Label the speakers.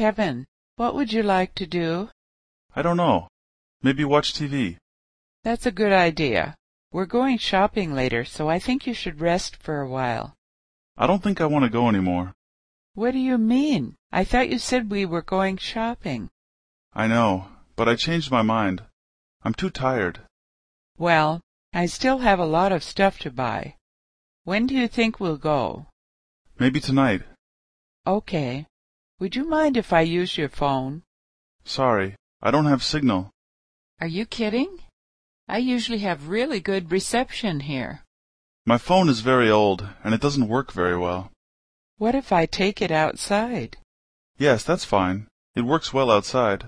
Speaker 1: Kevin, what would you like to do?
Speaker 2: I don't know. Maybe watch TV.
Speaker 1: That's a good idea. We're going shopping later, so I think you should rest for a while.
Speaker 2: I don't think I want to go anymore.
Speaker 1: What do you mean? I thought you said we were going shopping.
Speaker 2: I know, but I changed my mind. I'm too tired.
Speaker 1: Well, I still have a lot of stuff to buy. When do you think we'll go?
Speaker 2: Maybe tonight.
Speaker 1: Okay. Would you mind if I use your phone?
Speaker 2: Sorry, I don't have signal.
Speaker 1: Are you kidding? I usually have really good reception here.
Speaker 2: My phone is very old and it doesn't work very well.
Speaker 1: What if I take it outside?
Speaker 2: Yes, that's fine. It works well outside.